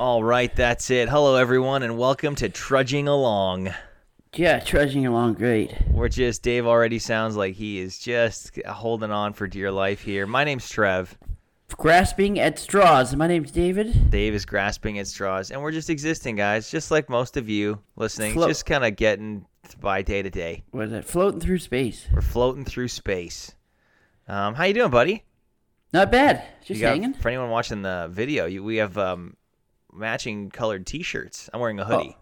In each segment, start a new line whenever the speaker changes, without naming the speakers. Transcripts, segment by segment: All right, that's it. Hello, everyone, and welcome to Trudging Along.
Yeah, trudging along great.
We're just, Dave already sounds like he is just holding on for dear life here. My name's Trev.
Grasping at straws. My name's David.
Dave is grasping at straws, and we're just existing, guys, just like most of you listening,
Flo-
just kind of getting by day to day.
What is it? Floating through space.
We're floating through space. Um, how you doing, buddy?
Not bad. Just
You got-
hanging.
For anyone watching the video, you, we have um, matching colored T-shirts. I'm wearing a hoodie,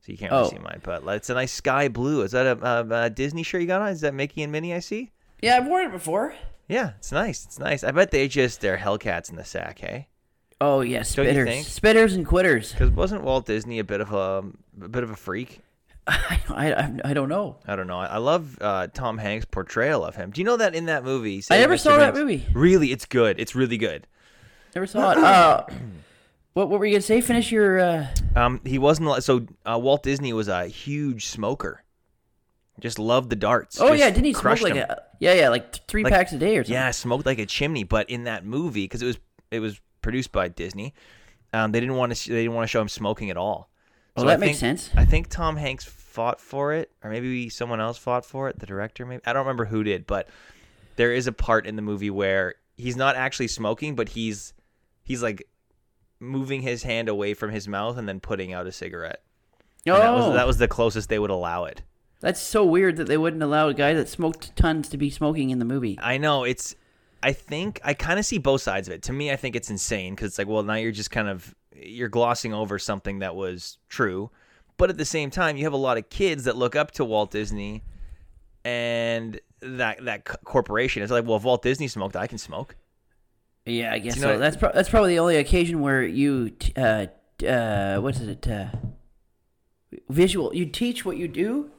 so you can't really
Oh.
see mine, but it's a nice sky blue. Is that a, a, a Disney shirt you got on? Is that Mickey and Minnie? I see.
Yeah, I've worn it before.
Yeah, it's nice. It's nice. I bet they just they're Hellcats in the sack, hey?
Oh yeah,
Don't you
spitters,
think?
spitters and quitters.
Because wasn't Walt Disney a bit of a, um, a bit of a freak?
I, I, I don't know.
I don't know. I, I love uh, Tom Hanks' portrayal of him. Do you know that in that movie?
I
Saving
never
Mr.
saw that
Banks-
movie.
Really, it's good. It's really good.
Never saw it. Uh, what what were you gonna say? Finish your. Uh,
Um, he wasn't li- so uh, Walt Disney was a huge smoker. Just loved the darts.
oh
Just
yeah, didn't he smoke
crushed
like
them.
a? Yeah, yeah, like th- three
Like-
packs a day or something.
yeah smoked like a chimney? But in that movie, because it was it was produced by Disney, um, they didn't want to they didn't want to show him smoking at all.
Well,
I
Oh, that makes
think-
sense.
I think Tom Hanks fought for it, or maybe someone else fought for it. The director, maybe I don't remember who did, but there is a part in the movie where he's not actually smoking, but he's he's like moving his hand away from his mouth and then putting out a cigarette.
Oh,
And that, was, that was the closest they would allow it.
that's so weird that they wouldn't allow a guy that smoked tons to be smoking in the movie.
I know it's. I think I kind of see both sides of it. To me, I think it's insane because it's like, well, now you're just kind of you're glossing over something that was true, but at the same time, you have a lot of kids that look up to Walt Disney, and that that co- corporation is like, well, if Walt Disney smoked, I can smoke.
Yeah, I guess
you know
so.
what-
That's pro- that's probably the only occasion where you t- uh t- uh what is it uh visual you teach what you do.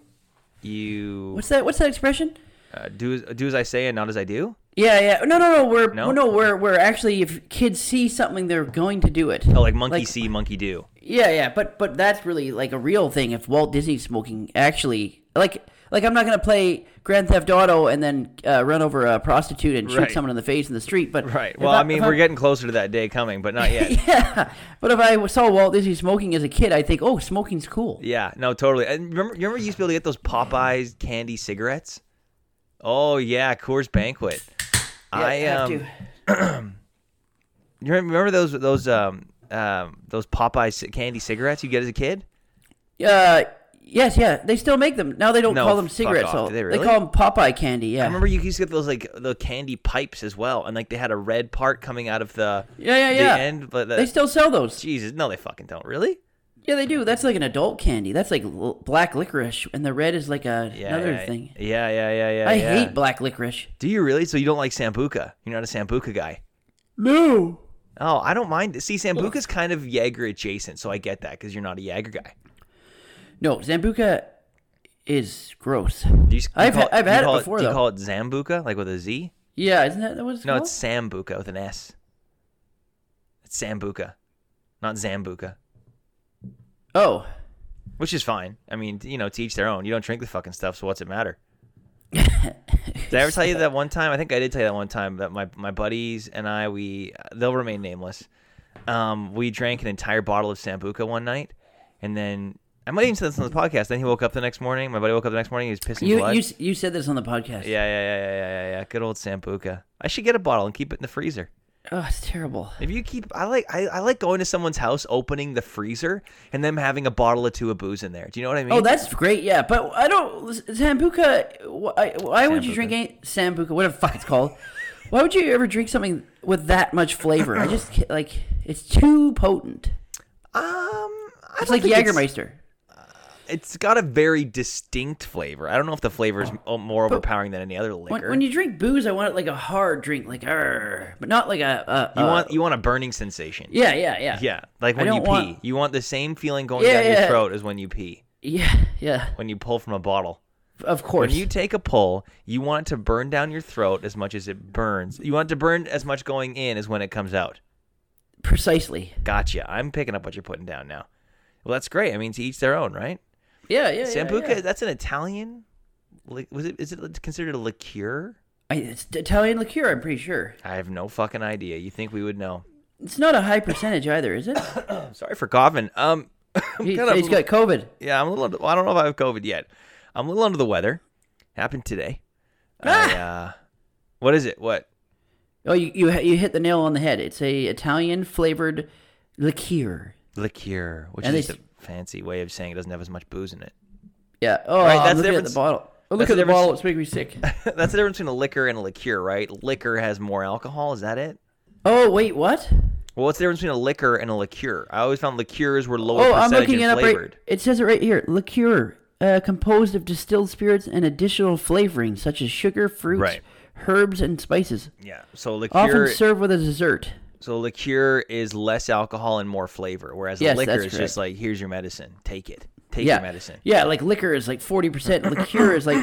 You
What's that? What's that expression?
uh, do as- do as I say and not as I do.
Yeah, yeah. No, no, no. We're
No?
no, no. We're we're actually if kids see something, they're going to do it.
Oh, like monkey
Like-
see, monkey do.
Yeah, yeah. But but that's really like a real thing. If Walt Disney smoking actually like like I'm not gonna play Grand Theft Auto and then uh, run over a prostitute and shoot
Right.
someone in the face in the street. But
Right.
if
Well, I mean,
if
we're getting closer to that day coming, but not yet.
yeah. But if I saw Walt Disney smoking as a kid, I think, oh, smoking's cool.
Yeah, no, totally. And remember, you remember you used to be able to get those Popeyes candy cigarettes? Oh yeah, Coors Banquet. I um, you remember- remember those those um um those Popeyes ci- candy cigarettes you get as a kid?
Uh, yes, yeah. They still make them. Now they don't
No,
call them
fuck
cigarettes.
off.
So
Do they
they,
really?
call them Popeye candy. Yeah.
I remember you used to get those like the candy pipes as well, and like they had a red part coming out of the
yeah, yeah,
the
yeah.
end. But
they
the,
still sell those.
Jesus, no, they fucking don't really.
Yeah, they do. That's like an adult candy. That's like l- black licorice, and the red is like a,
Yeah,
another
yeah,
thing.
Yeah, yeah, yeah, yeah.
I
yeah.
hate black licorice.
Do you really? So you don't like sambuca? You're not a sambuca guy.
No.
Oh, I don't mind. See, Sambuca's kind of Jaeger adjacent, so I get that because you're not a Jaeger guy.
No, Zambuca is gross.
Do you, do you
I've
call,
ha- I've
do you
had it
call
before,
Do you
though.
call it Zambuca, like with a Z?
Yeah, isn't that what it's
No,
called?
it's Sambuca with an S. It's Sambuca, not Zambuca,
Oh.
which is fine. I mean, you know, to each their own. You don't drink the fucking stuff, so what's it matter? Did I ever tell you that one time? I think I did tell you that one time that my, my buddies and I, we, they'll remain nameless. Um, we drank an entire bottle of Sambuca one night, and then I might even say this on the podcast. Then he woke up the next morning. My buddy woke up the next morning. He was pissing
You,
blood.
you, s- you said this on the podcast.
Yeah, yeah, yeah, yeah, yeah, yeah, yeah. Good old Sambuca. I should get a bottle and keep it in the freezer.
Oh, it's terrible.
If you keep, I like, I, I like going to someone's house, opening the freezer, and them having a bottle or two of booze in there. Do you know what I mean?
Oh, that's great. Yeah, but I don't sambuca. Why, why would you drink any sambuca? Whatever the fuck it's called. why would you ever drink something with that much flavor? I just ca- like it's too potent.
um, I don't
It's like
think
Jägermeister.
It's, it's got a very distinct flavor. I don't know if the flavor is more overpowering than any other
When,
liquor.
when you drink booze, I want it like a hard drink, like err, but not like a. a
You
a-
want, you want a burning sensation.
Yeah, yeah, yeah,
Yeah, like
I
when you
don't
pee,
want-
you want the same feeling going
Yeah,
down your
yeah.
throat as when you pee.
yeah, yeah.
When you pull from a bottle.
Of course.
When you take a pull, you want it to burn down your throat as much as it burns. You want it to burn as much going in as when it comes out.
Precisely.
Gotcha. I'm picking up what you're putting down now. Well, that's great. I mean, to each their own, right?
Yeah, yeah.
Sambuca,
Yeah, yeah.
that's an Italian. Like, was it? Is it considered a liqueur?
I, it's Italian liqueur. I'm pretty sure.
I have no fucking idea. You think we would know?
It's not a high percentage either, is it?
Sorry for coughing. Um, I'm
He,
kinda-
has got COVID.
yeah, I'm a little. Under, well, I don't know if I have COVID yet. I'm a little under the weather. Happened today. I, uh, what is it? What?
Oh, you, you you hit the nail on the head. It's a Italian flavored liqueur.
Liqueur, which
And
is
they
just a fancy way of saying it doesn't have as much booze in it.
Yeah. Oh,
Right,
I'm
that's the
looking at
difference.
the bottle. Oh,
That's
look
the
at the
difference.
bottle. It's making me sick.
That's the difference between a liquor and a liqueur, right? Liquor has more alcohol. Is that it?
Oh, wait, what?
Well, what's the difference between a liquor and a liqueur? I always found liqueurs were lower
Oh, I'm
percentage
looking
and
it up. Right,
flavored.
it says it right here. Liqueur, uh, composed of distilled spirits and additional flavorings such as sugar, fruits,
Right.
herbs, and spices.
Yeah. So
Often
liqueur.
served with a dessert.
so liqueur is less alcohol and more flavor, whereas
Yes,
a liquor
that's
is just like here's your medicine, take it, take
yeah.
your medicine.
Yeah, like liquor is like 40%. liqueur is like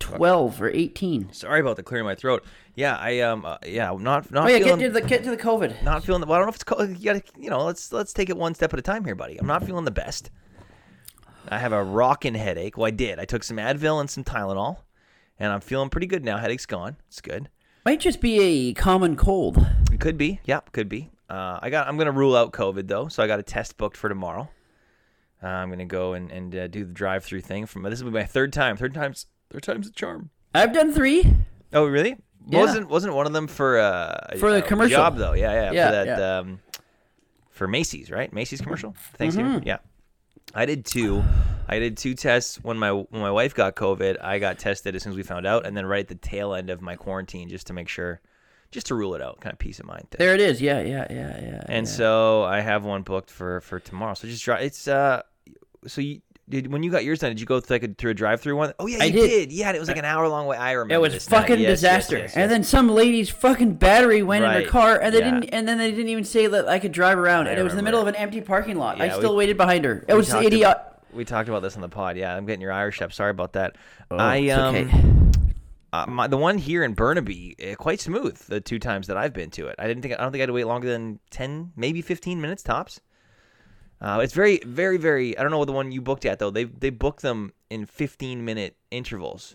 12 or 18.
Sorry about the clearing my throat. Yeah, I um, uh, yeah, I'm not not
Oh, yeah,
feeling
get to the, get to the COVID.
not feeling. The, well, I don't know if it's called. You gotta, you know, let's let's take it one step at a time here, buddy. I'm not feeling the best. I have a rockin' headache. Well, I did. I took some Advil and some Tylenol, and I'm feeling pretty good now. Headache's gone. It's good.
Might just be a common cold.
It could be. Yep, could be. Uh, I got. I'm gonna rule out COVID though, so I got a test booked for tomorrow. Uh, I'm gonna go and and uh, do the drive-through thing. From this will be my third time. Third times. Third time's a charm.
I've done three.
Oh, really?
Yeah.
Wasn't wasn't one of them for uh
For the
uh,
commercial.
job though? Yeah, yeah,
Yeah,
for that um for Macy's, right? Macy's commercial
Mm-hmm.
Thanksgiving. Yeah, I did two. I did two tests when my when my wife got COVID. I got tested as soon as we found out, and then right at the tail end of my quarantine, just to make sure, just to rule it out, kind of peace of mind thing.
There it is. Yeah, yeah, yeah, yeah.
and
yeah.
so I have one booked for for tomorrow. So just drive. It's uh, so you. Did, when you got yours done, did you go through, like, a, through a drive-through one? Oh yeah, you
I
did.
did.
Yeah, and it was like an hour long way. I remember.
It was
this now.
fucking
Yes, yes,
disaster.
yes, yes.
And then some lady's fucking battery went in
Right.
her car, and they
Yeah.
didn't. And then they didn't even say that I could drive around. and it was in the
remember.
middle of an empty parking lot. I
Yeah,
still
we-
waited behind her. It was
talked
idiot.
ab- we talked about this on the pod. Yeah, I'm getting your Irish up. Sorry about that. I
Oh, it's
um,
okay.
uh, my, the one here in Burnaby, uh, quite smooth. The two times that I've been to it, I didn't think I don't think I had to wait longer than ten, maybe fifteen minutes tops. Uh, it's very, very, very. I don't know what the one you booked at though. They they book them in fifteen minute intervals.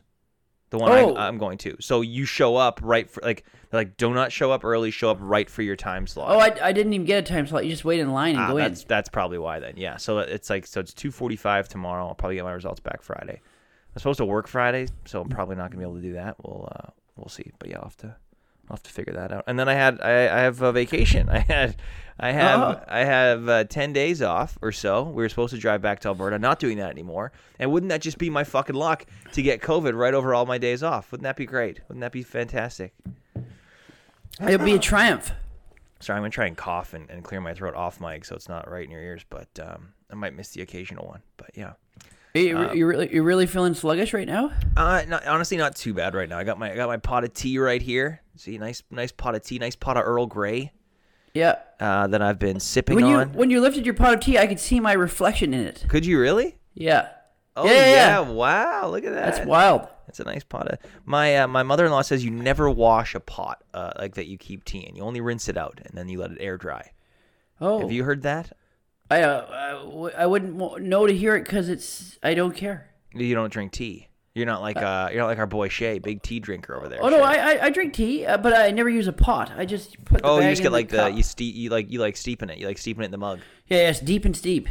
The one
Oh.
I, I'm going to. So you show up right for like they're like do not show up early. Show up right for your time slot.
Oh, I, I didn't even get a time slot. You just wait in line and
Ah,
go in.
that's that's probably why then. Yeah. So it's like so it's two forty five tomorrow. I'll probably get my results back Friday. I'm supposed to work Friday, so I'm probably not gonna be able to do that. We'll uh, we'll see. But yeah, I'll have to I'll have to figure that out. And then I had I, I have a vacation. I had I have
Oh.
I have uh, ten days off or so. We were supposed to drive back to Alberta. Not doing that anymore. And wouldn't that just be my fucking luck to get COVID right over all my days off? Wouldn't that be great? Wouldn't that be fantastic?
It'd be a triumph.
Sorry, I'm gonna try and cough and, and clear my throat off mic so it's not right in your ears, but um, I might miss the occasional one. But yeah,
Are you,
Ah.
you really you really feeling sluggish right now?
uh, not, honestly, not too bad right now. I got my I got my pot of tea right here. See, nice nice pot of tea, nice pot of Earl Grey
Yeah.
uh, that I've been sipping
When you
on.
when you lifted your pot of tea, I could see my reflection in it.
Could you really?
Yeah.
Oh
yeah, yeah, yeah.
Wow, look at that.
That's wild.
That's a nice pot. Of, my uh, my mother in law says you never wash a pot uh, like that. You keep tea in. You only rinse it out and then you let it air dry.
Oh,
Have you heard that?
I, uh, I w- I wouldn't wa- know to hear it because it's I don't care.
You don't drink tea. You're not like uh, you're not like our boy Shay, big tea drinker over there.
Oh no,
Shay.
I, I I drink tea, uh, but I never use a pot. I just put the
Oh,
bag
you just
in
get like the,
cup.
you ste- you like you like steeping it. You like steeping it in the mug.
yeah, yeah, it's deep and steep.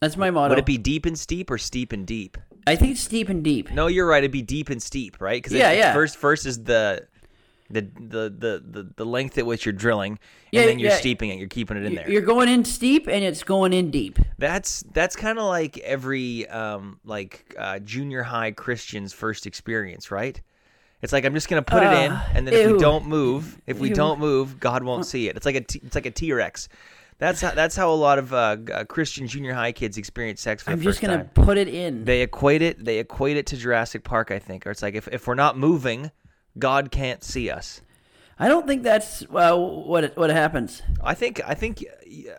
That's my motto.
Would it be deep and steep or steep and deep?
I think it's steep and deep.
No, you're right. It'd be deep and steep, right? Because
Yeah, yeah.
First, first is the the the the the, the length at which you're drilling,
Yeah,
and then you're
yeah.
steeping it. You're keeping it in there.
You're going in steep and it's going in deep.
That's that's kind of like every um like uh, junior high Christian's first experience, right? It's like I'm just gonna put it in,
Ugh,
and then if we
ew.
don't move, if we
Ew.
don't move, God won't see it. It's like a t- it's like a T Rex. That's how that's how a lot of uh, g- uh, Christian junior high kids experience sex for
I'm
the
just
first
gonna
time.
put it in.
They equate it they equate it to Jurassic Park, I think, or it's like if if we're not moving, God can't see us.
I don't think that's uh, what it, what happens.
I think I think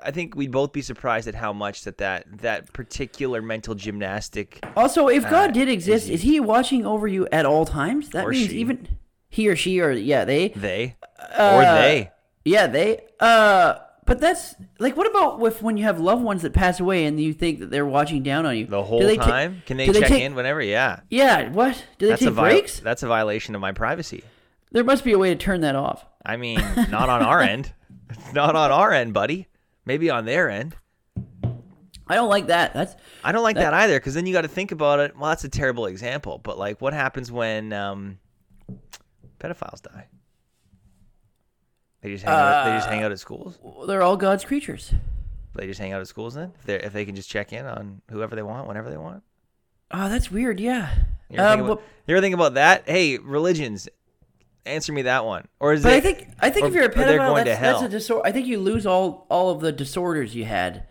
I think we'd both be surprised at how much that that that particular mental gymnastic.
Also, if God did exist, is he watching over you at all times? That
Uh, Or
means
she.
even he or she or yeah they
They or
Uh,
they.
Yeah, they. Uh, but that's like, what about with when you have loved ones that pass away and you think that they're watching down on you
The whole
Do they ta-
time? Can they
do
check
take-
in whenever? Yeah.
Yeah, what do they
That's a
take
vi-
breaks?
That's a violation of my privacy.
There must be a way to turn that off.
I mean, not on our end. It's not on our end, buddy. Maybe on their end.
I don't like that. That's
I don't like that, either because then you got to think about it. Well, that's a terrible example, but like, what happens when um, pedophiles die? They just hang out, they just
Uh,
hang out at schools.
they're all God's creatures.
They just hang out at schools then. If they if they can just check in on whoever they want, whenever they want.
Oh, that's weird. Yeah.
You ever,
Um,
think, about,
but,
you ever think about that? Hey, religions, answer me that one. Or is
but
it?
I think I think
or-
if you're a
or they're
pedophile,
going to
that's, that's
hell.
a disorder. I think you lose all all of the disorders you had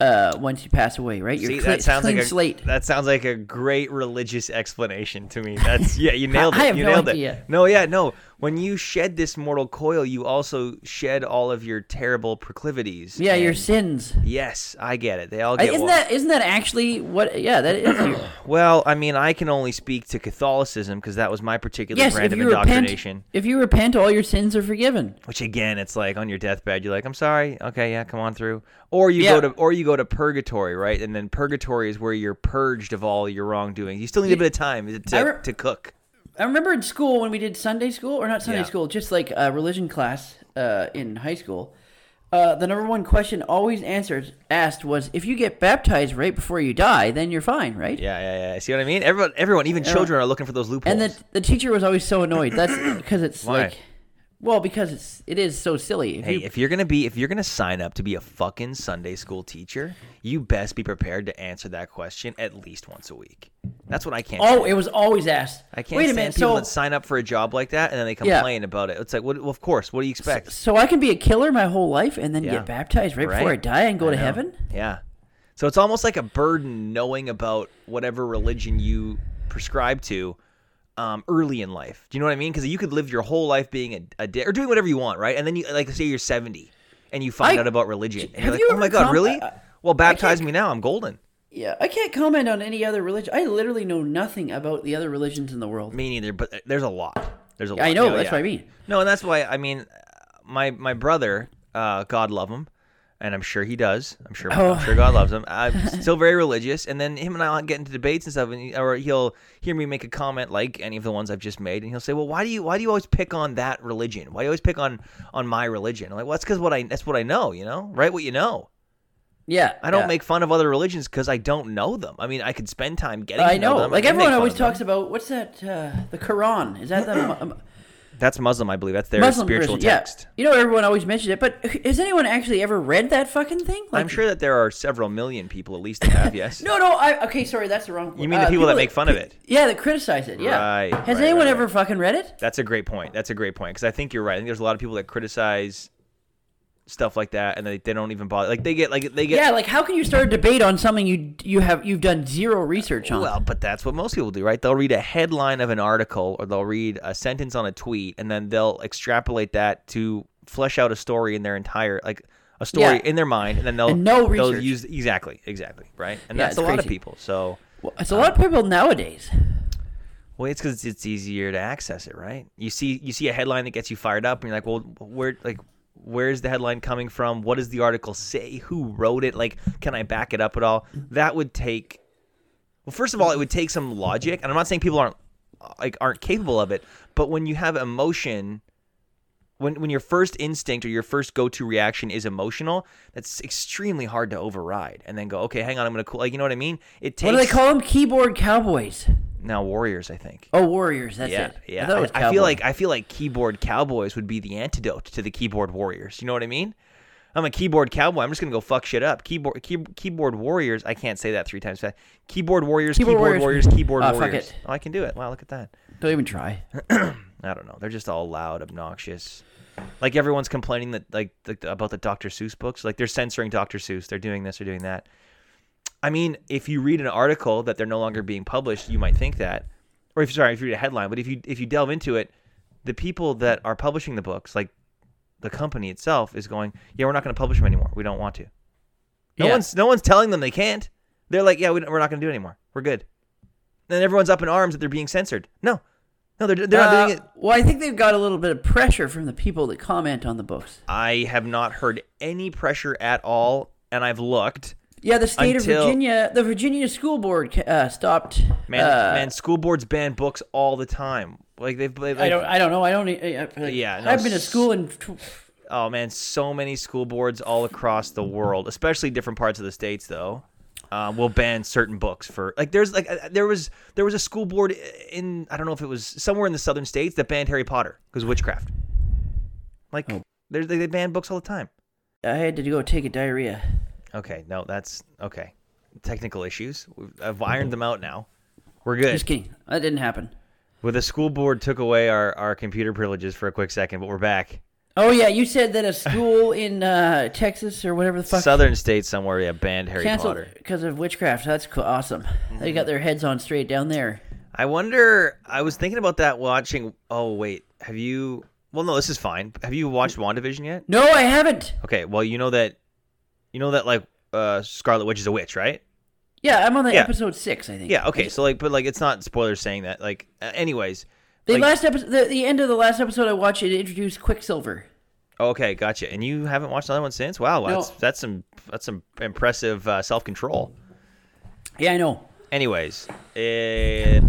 uh, once you pass away. Right? You're
See,
clean-
that sounds
clean
like a
slate.
that sounds like a great religious explanation to me. That's yeah, you nailed it.
I have
you
no
nailed
idea.
it. No, yeah, no. When you shed this mortal coil, you also shed all of your terrible proclivities.
yeah, your
and-
sins.
Yes, I get it. They all
I,
get
isn't
wa-
that isn't that actually what? Yeah, that is. your-
Well, I mean, I can only speak to Catholicism because that was my particular
yes,
brand
if
of
you repent,
indoctrination.
if you repent, all your sins are forgiven.
Which again, it's like on your deathbed, you're like, "I'm sorry, okay, yeah, come on through." Or you
Yeah.
go to, or you go to purgatory, right? And then purgatory is where you're purged of all your wrongdoing. You still need a bit of time to,
I re-
to cook.
I remember in school when we did Sunday school, or not Sunday
Yeah.
school, just like a religion class uh, in high school. Uh, the number one question always answered asked was, "If you get baptized right before you die, then you're fine, right?"
Yeah, yeah, yeah. See what I mean? Everyone, everyone, even children are looking for those loopholes.
And the the teacher was always so annoyed. That's because it's
Why?
like, well, because it's it is so silly. If
hey,
you-
if you're gonna be, if you're gonna sign up to be a fucking Sunday school teacher, you best be prepared to answer that question at least once a week. That's what I can't.
oh,
stand.
it was always asked.
I can't
Wait a
stand
minute.
people
So
that sign up for a job like that and then they
Yeah.
complain about it. It's like, what, well, of course. What do you expect?
so I can be a killer my whole life and then
Yeah.
get baptized right, before I
Right?
die and go
I
to
know.
heaven?
Yeah. So it's almost like a burden knowing about whatever religion you prescribe to um, early in life. Do you know what I mean? Because you could live your whole life being a, a dick or doing whatever you want, right? And then you, like, say you're 70 and you find
I-
out about religion. And
have
you're like,
you
oh my
ever
God,
come-
really?
I- I-
well, baptize
can't-
me now. I'm golden.
Yeah, I can't comment on any other religion. I literally know nothing about the other religions in the world.
Me neither, but there's a lot. There's a lot.
I know.
No,
that's
yeah.
what I mean.
No, and that's why I mean, my my brother, uh, God love him, and I'm sure he does. I'm sure,
Oh.
I'm sure God loves him. I'm still very religious, and then him and I get into debates and stuff, and he, or he'll hear me make a comment like any of the ones I've just made, and he'll say, "Well, why do you why do you always pick on that religion? Why do you always pick on on my religion?" I'm like, "Well, that's because what I that's what I know, you know, right? What you know."
Yeah,
I don't
yeah.
make fun of other religions because I don't know them. I mean, I could spend time getting.
I
to know.
know.
them. I
Like
can make
everyone
fun
always
of them.
talks about what's that? Uh, the Quran is that the mu- um,
That's Muslim, I believe. That's their
Muslim
spiritual
version? Yeah.
text.
You know, everyone always mentions it, but has anyone actually ever read that fucking thing? Like,
I'm sure that there are several million people at least that have. Yes.
No, no. I okay. Sorry, that's the wrong. Uh,
You mean the people that make fun of it?
Yeah, that criticize it. Yeah.
Right,
Has
right,
anyone
right,
ever fucking read it?
That's a great point. That's a great point because I think you're right. I think there's a lot of people that criticize stuff like that, and they, they don't even bother. Like they get like they get.
Yeah. Like, how can you start a debate on something you you have you've done zero research on?
Well, but that's what most people do, right? They'll read a headline of an article or they'll read a sentence on a tweet, and then they'll extrapolate that to flesh out a story in their entire like a story
Yeah.
in their mind, and then they'll
And no
they'll
research.
use exactly exactly right, and
Yeah,
that's
it's
a lot of
crazy.
people. So
Well, it's a lot of people nowadays.
Well, it's because it's easier to access it, right? You see, you see a headline that gets you fired up, and you're like, "Well, where, like, where's the headline coming from? What does the article say? Who wrote it? Like, can I back it up at all?" That would take. Well, first of all, it would take some logic, and I'm not saying people aren't like aren't capable of it, but when you have emotion, when when your first instinct or your first go to reaction is emotional, that's extremely hard to override, and then go, "Okay, hang on, I'm gonna cool." Like, you know what I mean? It takes
What do they call them? Keyboard cowboys.
now warriors, I think.
Oh, warriors. That's
Yeah,
it.
yeah.
thought it
I,
was
I feel
cowboy.
like I feel like keyboard cowboys would be the antidote to the keyboard warriors. You know what I mean? I'm a keyboard cowboy. I'm just gonna go fuck shit up. Keyboard key, keyboard warriors. I can't say that three times fast. Keyboard warriors.
Keyboard
Keyboard,
warriors.
warriors. Keyboard
Ah, fuck
warriors.
it.
Oh, I can do it. Wow, look at that.
don't even try.
I don't know. They're just all loud, obnoxious. Like everyone's complaining that like the, about the Dr. Seuss books. Like they're censoring Dr. Seuss. They're doing this. They're doing that. I mean, if you read an article that they're no longer being published, you might think that, or if sorry, if you read a headline. But if you if you delve into it, the people that are publishing the books, like the company itself, is going, yeah, we're not going to publish them anymore. We don't want to. No
Yeah.
one's no one's telling them they can't. They're like, yeah, we don't, we're not going to do it anymore. We're good. Then everyone's up in arms that they're being censored. No, no, they're they're not doing it.
Uh, Well, I think they've got a little bit of pressure from the people that comment on the books.
I have not heard any pressure at all, and I've looked.
Yeah, the state
Until-
of Virginia, the Virginia School Board ca- uh, stopped.
Man,
uh,
man, school boards ban books all the time. Like they've, they've
I don't, I don't know. I don't. I, I,
Yeah,
yeah,
no,
I've been to
s-
school in tw-
oh man, so many school boards all across the world, especially different parts of the states, though, uh, will ban certain books for like. There's like uh, there was there was a school board in I don't know if it was somewhere in the southern states that banned Harry Potter because witchcraft. Like
Oh.
there's they, they ban books all the time.
I had to go take a diarrhea.
Okay, no, that's okay. Technical issues. We've- I've ironed them out now. We're good.
Just kidding. That didn't happen.
Well, the school board took away our, our computer privileges for a quick second, but we're back.
Oh yeah, you said that a school in uh, Texas or whatever the fuck
Southern state somewhere, yeah, banned Harry
canceled
Potter. Mm-hmm.
because of witchcraft. That's co- awesome. They got their heads on straight down there.
I wonder. I was thinking about that watching. Oh wait, have you? Well, no, this is fine. Have you watched Wandavision yet?
No, I haven't.
Okay, well, you know that, you know that like uh Scarlet Witch is a witch, right?
Yeah, I'm on the
Yeah.
episode six, I think.
Yeah. Okay, so like, but like, it's not spoilers saying that. Like, uh, anyways.
The
like-
last episode, the, the end of the last episode I watched, it introduced Quicksilver.
Okay, gotcha. And you haven't watched another one since? Wow, that's
No.
that's some that's some impressive uh, self control.
Yeah, I know.
Anyways, eh,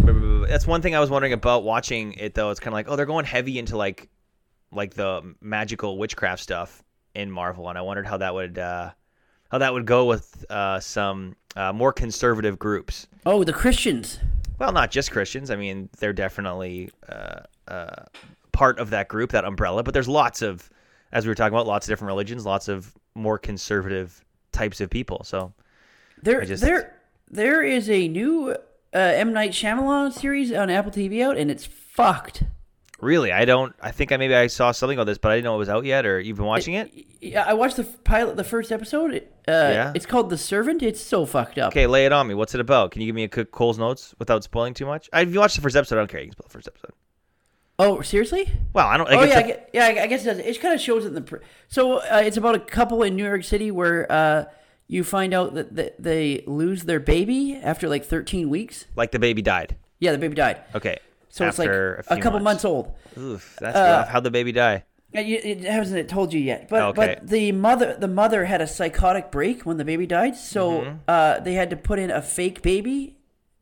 that's one thing I was wondering about watching it though. It's kind of like, oh, they're going heavy into like, like the magical witchcraft stuff in Marvel, and I wondered how that would, uh, how that would go with uh, some uh, more conservative groups.
Oh, the Christians.
Well, not just Christians. I mean, they're definitely uh, uh, part of that group, that umbrella. But there's lots of, as we were talking about, lots of different religions, lots of more conservative types of people. So
There,
I just-
there, there is a new uh, M Night Shyamalan series on Apple TV out, and it's fucked.
Really, I don't. I think I maybe I saw something about this, but I didn't know it was out yet. Or you've been watching it?
Yeah, I watched the f- pilot, the first episode. It, uh,
Yeah.
It's called The Servant. It's so fucked up.
Okay, lay it on me. What's it about? Can you give me a quick Cole's notes without spoiling too much? I, if you watched the first episode, I don't care. You can spoil the first episode.
Oh, seriously?
Wow, I don't. Like,
oh
it's a-
yeah, I gue- yeah. I I guess it does. It kind of shows it in the. Pr- so uh, it's about a couple in New York City where uh, you find out that th- they lose their baby after like 13 weeks.
like the baby died.
Yeah, the baby died.
Okay,
So
after a,
it's like a,
few
couple months, old. Uh,
Oof, that's rough. How'd the baby die?
And you- Uh, It hasn't told you yet, but
Okay.
but the mother the mother had a psychotic break when the baby died, so
Mm-hmm.
uh, they had to put in a fake baby,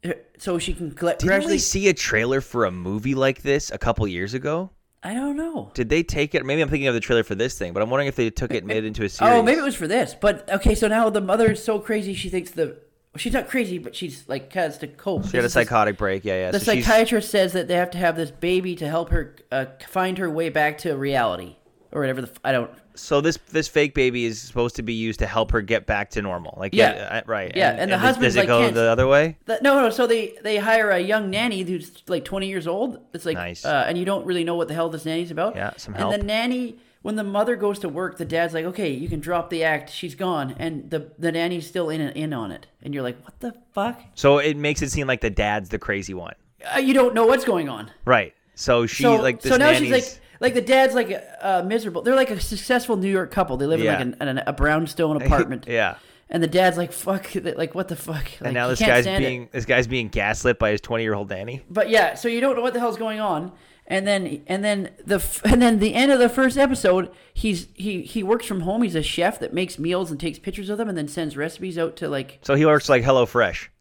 uh, so she can collect.
Didn't
gradually-
we see a trailer for a movie like this a couple years ago?
I don't know.
Did they take it? Maybe I'm thinking of the trailer for this thing, but I'm wondering if they took it and made it into a series.
Oh, maybe it was for this. But okay, so now the mother is so crazy she thinks the well, she's not crazy, but she's like has to cope.
she had a psychotic break. Yeah, yeah.
The
so she's-
psychiatrist says that they have to have this baby to help her uh, find her way back to reality or whatever. The f- I don't.
so this this fake baby is supposed to be used to help her get back to normal. Like
Yeah.
yeah, uh, right.
Yeah, and the
does- does
husband's
it
like,
go
"Can't-"
the other way?
That, no, no. So they they hire a young nanny who's like twenty years old. It's like,
Nice.
uh, and you don't really know what the hell this nanny's about.
Yeah, some
And
help.
the nanny, when the mother goes to work, the dad's like, "Okay, you can drop the act. She's gone." And the the nanny's still in in on it. And you're like, "What the fuck?
So it makes it seem like the dad's the crazy one,
Uh, you don't know what's going on."
right? So she
so,
like this
so now she's
nanny's-
like like the dad's like uh, miserable they're like a successful new york couple they live
Yeah.
in like an, an, a brownstone apartment
yeah.
and the dad's like fuck that- like what the fuck like,
And now
he
this
can't
guy's
stand it.
being this guy's being gaslit by his 20 year old nanny.
but yeah so you don't know what the hell's going on and then and then the f- and then the end of the first episode he's he he works from home he's a chef that makes meals and takes pictures of them and then sends recipes out to like
So he works like Hello Fresh.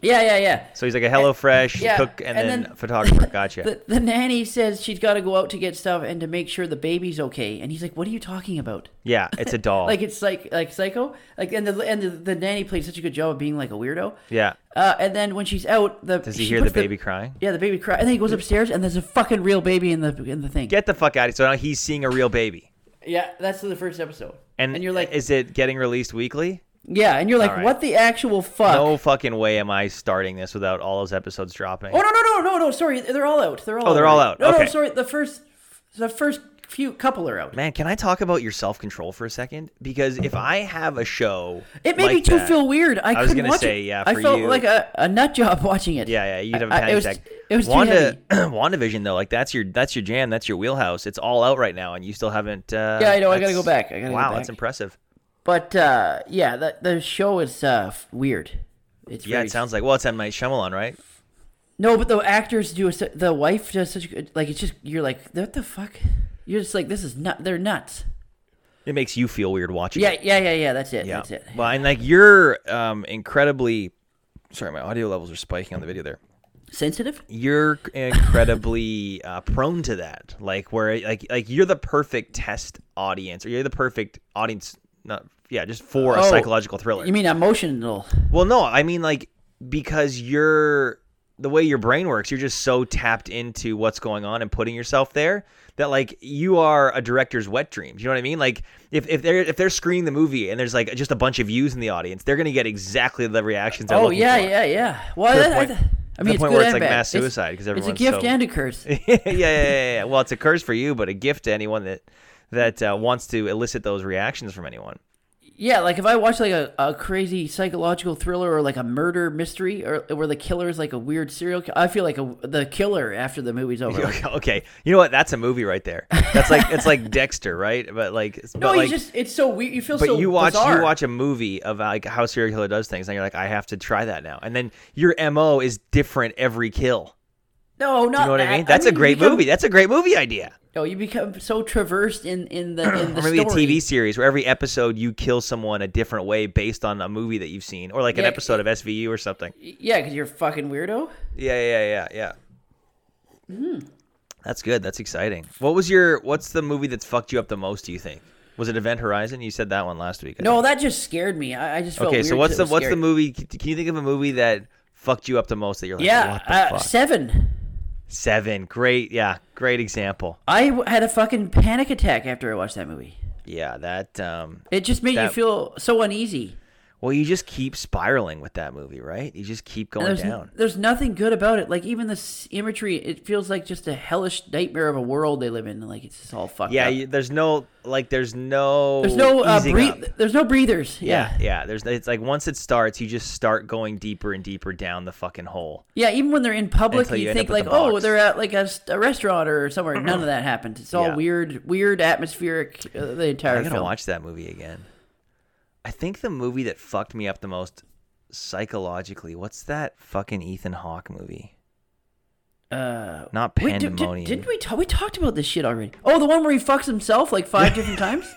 yeah yeah yeah
So he's like a Hello Fresh
Yeah,
cook and,
and
then,
then-
photographer. Gotcha.
the, the nanny says she's got to go out to get stuff and to make sure the baby's okay and he's like what are you talking about
yeah, it's a doll.
like it's like like psycho like and the and the, the nanny played such a good job of being like a weirdo
yeah.
uh, and then when she's out the
Does
she
he hear the
puts
baby crying?
yeah the baby cry and then he goes upstairs and there's a fucking real baby in the in the thing
Get the fuck out of here. So now he's seeing a real baby.
yeah that's the first episode
And,
you're like
is it getting released weekly?
yeah and you're like
Alright.
what the actual fuck
No fucking way am I starting this without all those episodes dropping.
oh no no no no no sorry they're all out they're all
Oh, they're all out.
no
Okay.
no sorry the first the first few couple are out
Man, can I talk about your self control for a second? Because if I have a show,
it made
like
me too
that-
feel weird I,
was
couldn't
gonna
watch
say,
it.
yeah,
I
for
felt
you-
like a, a nut job watching it
Yeah, yeah, you'd have a
I- I-
panic
it was-
attack.
it was too
Wanda,
heavy.
WandaVision though, like that's your that's your jam, that's your wheelhouse. It's all out right now, and you still haven't. Uh,
Yeah, I know, I gotta
that's-
go back, I gotta go
wow,
back.
that's impressive.
But uh, yeah, the the show is uh, f- weird. It's
Yeah,
very-
it sounds like well, it's M Night Shyamalan, right?
no, but the actors do a, su- the wife does such a good like it's just you're like what the fuck you're just like this is nut they're nuts
It makes you feel weird watching.
yeah
it.
yeah yeah yeah that's it
yeah.
that's it
Well, and like you're um, incredibly. Sorry, my audio levels are spiking on the video there.
sensitive.
you're incredibly uh, prone to that. Like where like like you're the perfect test audience, or you're the perfect audience. Not yeah, just for a
Oh,
psychological thriller.
You mean emotional?
well, no, I mean like because you're the way your brain works, you're just so tapped into what's going on and putting yourself there that like you are a director's wet dream. You know what I mean? Like if, if they're if they're screening the movie and there's like just a bunch of views in the audience, they're gonna get exactly the reactions. They're
Oh
looking
yeah,
for.
yeah, yeah. Well,
To the
that,
point-
I,
to
I
the
mean, it's
point
good
where it's
and
like
bad.
mass
It's-
suicide 'cause everyone's
it's a gift
so-
and a curse.
yeah, yeah, yeah, yeah. Well, it's a curse for you, but a gift to anyone that that uh, wants to elicit those reactions from anyone.
Yeah, like if I watch like a, a crazy psychological thriller or like a murder mystery or where the killer is like a weird serial, ki- I feel like a, the killer after the movie's over. Like,
Okay, okay. you know what? That's a movie right there. That's like it's like Dexter, right? But like, but
no,
like,
you just it's so weird. You feel
but
so
you watch
bizarre.
you watch a movie of like how serial killer does things, and you're like, I have to try that now. And then your mo is different every kill.
No, not
You know what I mean? That's
you
a great
become-
movie. That's a great movie idea.
No, you become so traversed in in the in the
Or maybe
story.
a TV series where every episode you kill someone a different way based on a movie that you've seen, or like an
Yeah.
episode of SVU or something.
Yeah, because you're a fucking weirdo.
Yeah, yeah, yeah, yeah.
Hmm.
That's good. That's exciting. What was your? What's the movie that's fucked you up the most? Do you think was it Event Horizon? You said that one last week. I
No,
think.
that just scared me. I, I just felt
okay.
Weird
So what's
'cause
the
it was
what's the
scary.
movie? c- Can you think of a movie that fucked you up the most that you're like,
Yeah,
what the
uh,
fuck?
seven.
Seven. Great. Yeah. Great example.
I w- had a fucking panic attack after I watched that movie.
Yeah. That. Um.
It just made
That-
you feel so uneasy.
Well, you just keep spiraling with that movie, right? You just keep going
There's,
down.
there's nothing good about it. Like even the s- imagery, it feels like just a hellish nightmare of a world they live in. Like it's just all fucked
yeah.
up.
You, there's no like. There's no.
there's no uh,
easing up.
breath. There's no breathers.
Yeah,
Yeah.
yeah. There's it's like once it starts, you just start going deeper and deeper down the fucking hole.
yeah, Even when they're in public,
Until
you,
you end
think
up at
like,
the
oh,
box.
they're at like a, s- a restaurant or somewhere. None of that happens. It's all
Yeah.
weird, weird atmospheric. Uh, the entire
I gotta
film.
watch that movie again. I think the movie that fucked me up the most psychologically. What's that fucking Ethan Hawke movie?
Uh,
Not
wait, did,
Pandemonium.
did, not we talk? We talked about this shit already. Oh, the one where he fucks himself like five different times.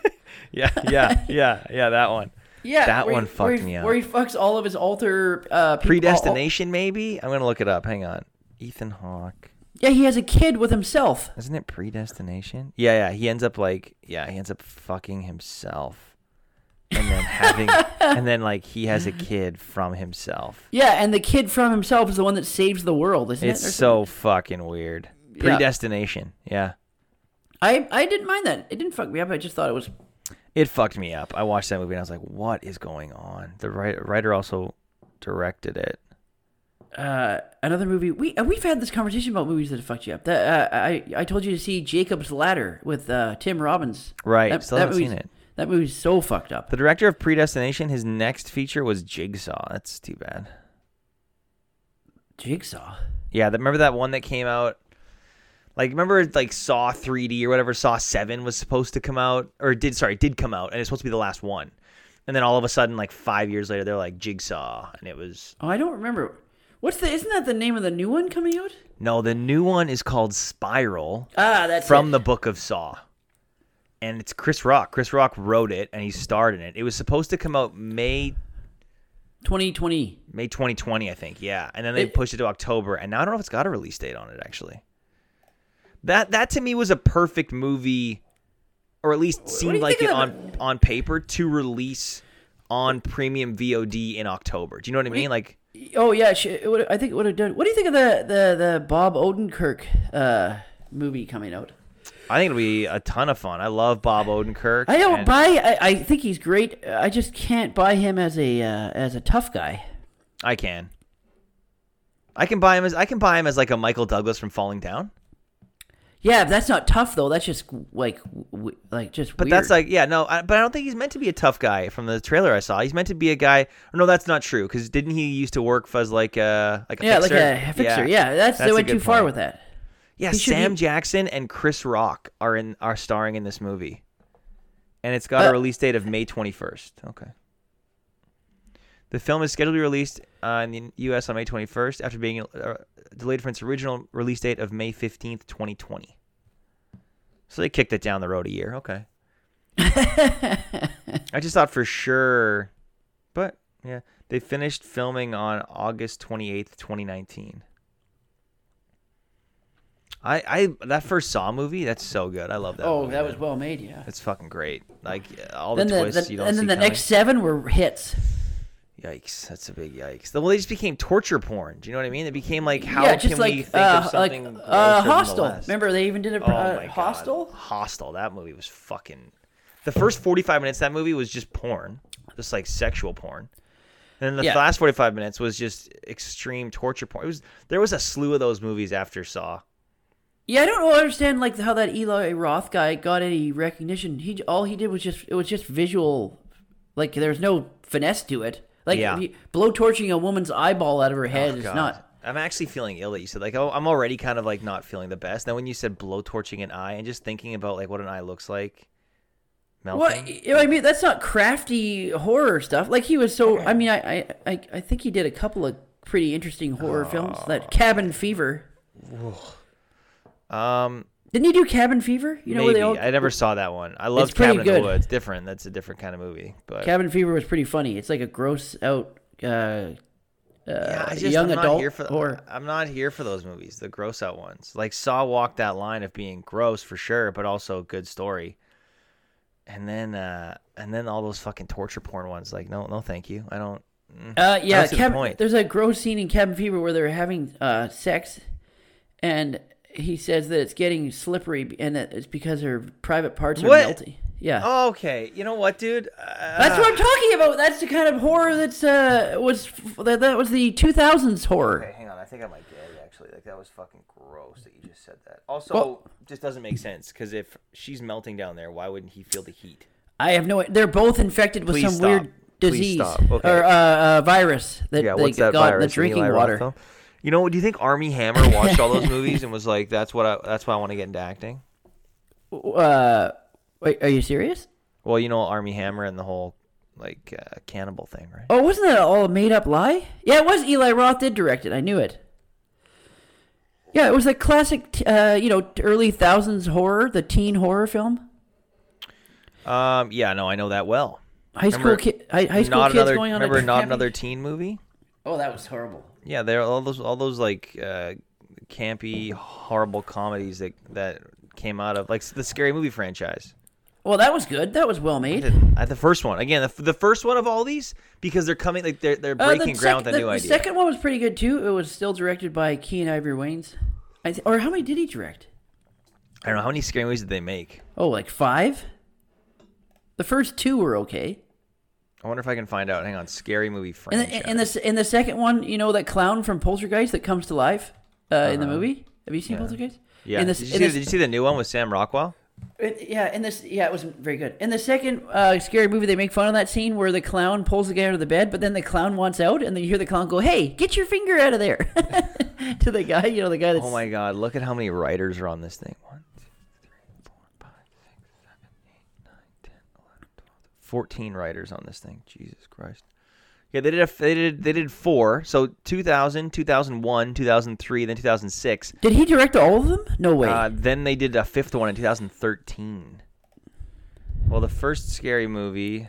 Yeah, yeah, yeah, yeah. That one.
Yeah,
That
where
one
he, where
fucked
he-
me up.
Where he fucks all of his alter uh, people,
Predestination, maybe. I'm gonna look it up. Hang on. Ethan Hawke.
yeah, he has a kid with himself.
Isn't it predestination? Yeah, yeah. He ends up like, yeah, he ends up fucking himself, and then having, and then like he has a kid from himself.
Yeah, and the kid from himself is the one that saves the world, isn't it?
It's
Or
so fucking weird.
Yeah.
Predestination. Yeah.
something? I I didn't mind that. It didn't fuck me up. I just thought it was.
It fucked me up. I watched that movie and I was like, what is going on? The writer, writer also directed it.
Uh, another movie. We uh, we've had this conversation about movies that have fucked you up. That uh, I I told you to see Jacob's Ladder with uh, Tim Robbins.
Right,
That,
still
that
haven't seen
movie's-
it.
That movie's so fucked up.
The director of Predestination, his next feature was Jigsaw. That's too bad.
Jigsaw.
Yeah, that, remember that one that came out? Like, remember, like, Saw 3D or whatever, Saw 7 was supposed to come out, or did, sorry, did come out, and it's supposed to be the last one. And then all of a sudden, like, five years later, they're like, Jigsaw. And it was,
Oh, I don't remember. What's the? Isn't that the name of the new one coming out?
no, the new one is called Spiral.
Ah, that's
from
it.
the book of Saw. And it's Chris Rock. Chris Rock wrote it and he starred in it. It was supposed to come out May
2020.
May 2020, I think. Yeah. And then they
It-
pushed it to October. And now I don't know if it's got a release date on it actually. That that to me was a perfect movie or at least
do you
seemed like it
think of
on on paper to release on premium VOD in October. Do you know what I mean? like
Oh yeah, sh- it would, I think it would have done. What do you think of the the the Bob Odenkirk uh, movie coming out?
I think it'll be a ton of fun. I love Bob Odenkirk.
I don't
and-
buy. I, I think he's great. I just can't buy him as a uh, as a tough guy.
I can. I can buy him as I can buy him as like a Michael Douglas from Falling Down.
Yeah, that's not tough though. That's just like w- like just.
But that's like yeah no, I, but I don't think he's meant to be a tough guy. From the trailer I saw, he's meant to be a guy. Or no, that's not true because didn't he used to work for as like a like a
yeah,
fixer?
like a fixer. Yeah, that's,
a
they went
good
too far
point.
with that.
Yeah,
He should
Sam
be-
Jackson and Chris Rock are in are starring in this movie, and it's got a
Uh,
release date of May twenty first. Okay. The film is scheduled to be released uh, in the U.S. on May twenty first, after being uh, delayed from its original release date of May fifteenth, twenty twenty. So they kicked it down the road a year. Okay. I just thought for sure, but yeah, they finished filming on August twenty eighth, twenty nineteen. I, I that first Saw movie, that's so good. I love that.
Oh,
movie,
that
man.
was well made. Yeah.
It's fucking great. Like all the
Then the,
twists
the-
you don't
and
see
then the
coming.
next seven were hits.
Yikes, that's a big yikes. Well, they just became torture porn. Do you know what I mean? It became like how
yeah, just
can we
like
think
uh,
of
like
something grosser
uh,
than the
Hostel.
last?
Remember they even did a
Oh
uh,
my God.
Hostel.
Hostel. That movie was fucking. The first forty-five minutes of that movie was just porn, just like sexual porn, and then the
Yeah.
last forty-five minutes was just extreme torture porn. It was there was a slew of those movies after Saw.
Yeah, I don't understand like how that Eli Roth guy got any recognition. He all he did was just it was just visual, like there's no finesse to it. Like
Yeah.
he- blow torching a woman's eyeball out of her head
Oh,
is
God.
not.
I'm actually feeling ill that you said like oh, I'm already kind of like not feeling the best. Then when you said blowtorching an eye and just thinking about like what an eye looks like, melting.
What you know what I mean? That's not crafty horror stuff. Like he was so. I mean, I I I, I think he did a couple of pretty interesting horror films.
Oh.
That Cabin Fever.
Um,
Didn't he do Cabin Fever? You know where
maybe
they all
I never saw that one. I love
pretty
Cabin in
good.
the Woods. Different. That's a different kind of movie. But
Cabin Fever was pretty funny. It's like a gross out. Uh,
yeah, I
a
just,
young
I'm not
adult
here for
horror.
I'm not here for those movies, the gross out ones. Like Saw walked that line of being gross for sure, but also a good story. And then uh and then all those fucking torture porn ones. Like no, no, thank you. I don't.
Uh, yeah,
That's the
Cabin-
point.
there's a gross scene in Cabin Fever where they're having uh, sex, and he says that it's getting slippery, and that it's because her private parts are
What? Oh,
melty. Yeah,
okay, you know what, dude? Uh,
that's what I'm talking about. That's the kind of horror that's uh was that, that was the 2000s horror.
hang on. I think I might get it actually. Like that was fucking gross that you just said that. Also,
Well-
just doesn't make sense because if she's melting down there, why wouldn't he feel the heat?
I have no. They're both infected with
Please
some
stop.
weird
Please
disease
stop. Okay.
or uh, uh, virus that
Yeah,
they
what's
got
that
in
virus?
the
in
drinking
Eli Roth
water.
film? You know, do you think Army Hammer watched all those movies and was like, "That's what I. That's why I want to get into acting."
Uh, wait, are you serious?
Well, you know, Army Hammer and the whole like uh, cannibal thing, right?
Oh, wasn't that all a made up lie? Yeah, it was. Eli Roth did direct it. I knew it. Yeah, it was a classic, t- uh, you know, early thousands horror, the teen horror film.
Um, yeah, no, I know that well.
High school
Remember
kid, high, high school
not
kids
another.
going on.
remember
a
not
camping-
another teen movie?
Oh, that was horrible.
Yeah, there are all those all those like uh, campy, horrible comedies that that came out of like the scary movie franchise.
Well, that was good. That was well made.
Uh, the first one again, the, f- the first one of all these because they're coming like they're they're
Uh, the
breaking ground
sec-
with a new
the,
idea.
The second one was pretty good too. It was still directed by Keen Ivory Waynes. I th- or how many did he direct?
I don't know how many scary movies did they make.
Oh, like five. The first two were okay.
I wonder if I can find out. Hang on, scary movie
And
franchise.
the, and the and the second one, you know that clown from Poltergeist that comes to life uh, in the movie. Have you seen Poltergeist?
Uh-huh. yeah.
In this,
did, you
in
see,
this-
did you see the new one with Sam Rockwell?
it- yeah. In this, yeah, it was very good. In the second uh, scary movie, they make fun of that scene where the clown pulls the guy out of the bed, but then the clown wants out, and then you hear the clown go, "Hey, get your finger out of there!" to the guy, you know, the guy that's
Oh my God! Look at how many writers are on this thing. One, two, three, four, five, six, seven, eight, nine, 10, 11, 12, 14 writers on this thing. Jesus Christ. Yeah, they did. A, they did. They did four. So 2000, 2001, 2003, then 2006.
Did he direct all of them? No way.
Uh, then they did a fifth one in 2013. Well, the first scary movie.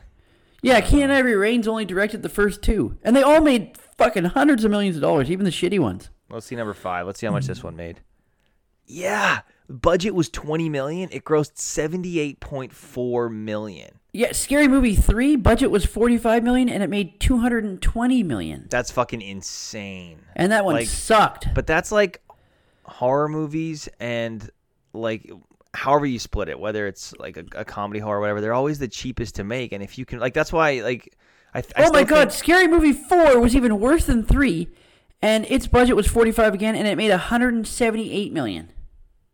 yeah, Keenan Ivory Rains only directed the first two, and they all made fucking hundreds of millions of dollars, even the shitty ones.
Let's see number five. Let's see how much this one made. Yeah, budget was 20 million. It grossed 78.4 million.
Yeah, Scary Movie 3 budget was 45 million and it made 220 million.
That's fucking insane.
And that one
Like-
sucked.
But that's like horror movies and like however you split it, whether it's like a, a comedy horror or whatever, they're always the cheapest to make. And if you can, like, that's why, like, I, th- I
oh my
still
god,
think-
Scary Movie 4 was even worse than 3 and its budget was 45 again and it made 178 million.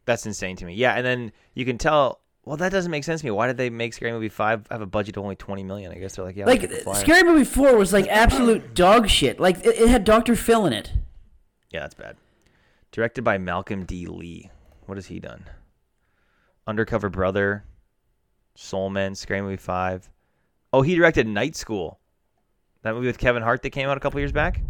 that's insane to me. Yeah, and then you can tell. Well, that doesn't make sense to me. Why did they make Scary Movie Five have a budget of only twenty million? I guess they're like, yeah, we'll
Like
take the flyer.
Scary Movie 4 was like absolute dog shit. Like it, it had Dr. Phil in it.
Yeah, that's bad. Directed by Malcolm D. Lee. What has he done? Undercover Brother, Soul Men, Scary Movie 5. Oh, he directed Night School. That movie with Kevin Hart that came out a couple years back?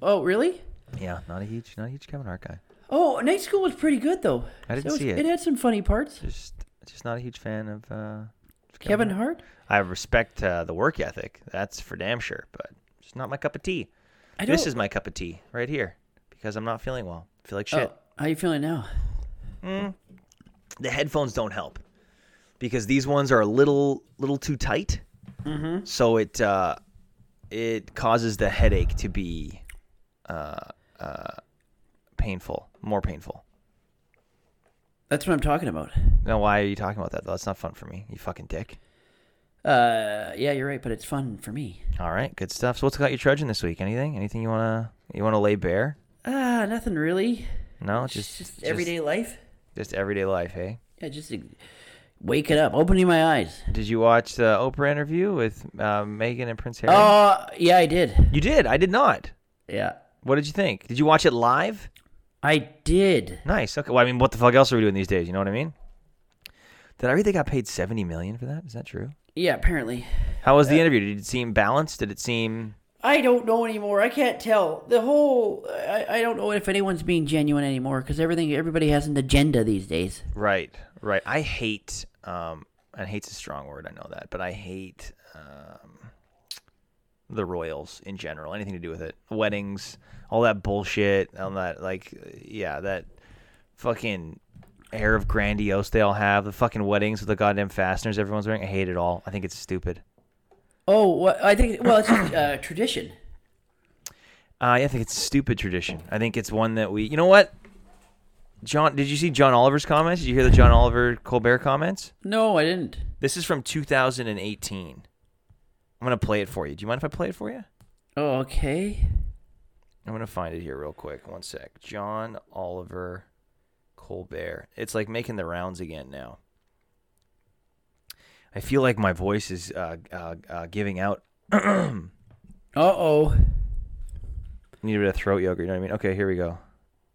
Oh, really?
Yeah, not a huge not a huge Kevin Hart guy.
Oh, Night School was pretty good though.
I didn't
was-
see it.
It had some funny parts.
Just just not a huge fan of uh of
Kevin Hart?
I respect uh, the work ethic. That's for damn sure, but it's not my cup of tea.
I
This
don't-
is my cup of tea right here because I'm not feeling well. I feel like
Oh,
shit.
how you feeling now?
the headphones don't help because these ones are a little little too tight. So it uh, it causes the headache to be uh, uh, painful, more painful.
That's what I'm talking about.
Now, why are you talking about that? though? That's not fun for me. You fucking dick.
Uh, yeah, you're right, but it's fun for me.
All right, good stuff. So what's got you trudging this week? Anything? Anything you wanna you wanna lay bare?
Ah, nothing really.
No,
Just,
just
just everyday life.
just everyday life. Hey,
Yeah, just uh, waking up, opening my eyes.
did you watch the Oprah interview with uh, Megan and Prince Harry?
Oh, yeah, I did.
you did. I did not.
Yeah,
What did you think? Did you watch it live?
I did.
Nice. Okay. Well, I mean, what the fuck else are we doing these days? You know what I mean? Did I read they got paid seventy million for that? Is that true?
Yeah, apparently.
How was the interview? Did it seem balanced? Did it seem?
I don't know anymore. I can't tell. The whole I, I don't know if anyone's being genuine anymore because everything everybody has an agenda these days.
Right, right. I hate, um, and hate's a strong word. I know that, but I hate um, the Royals in general. Anything to do with it, weddings, all that bullshit, all that like, yeah, that fucking air of grandiose they all have. The fucking weddings with the goddamn fasteners everyone's wearing. I hate it all. I think it's stupid.
Oh, well, I think well, it's just uh, tradition.
Uh, yeah, I think it's a stupid tradition. I think it's one that we. You know what? John, did you see John Oliver's comments? Did you hear the John Oliver Colbert comments?
No, I didn't.
This is from 2018. I'm gonna play it for you. Do you mind if I play it for you?
Oh, okay.
I'm gonna find it here real quick. One sec. John Oliver Colbert. It's like making the rounds again now. I feel like my voice is uh, uh, uh, giving out.
Uh oh,
Need a bit of throat yogurt. You know what I mean? Okay, here we go.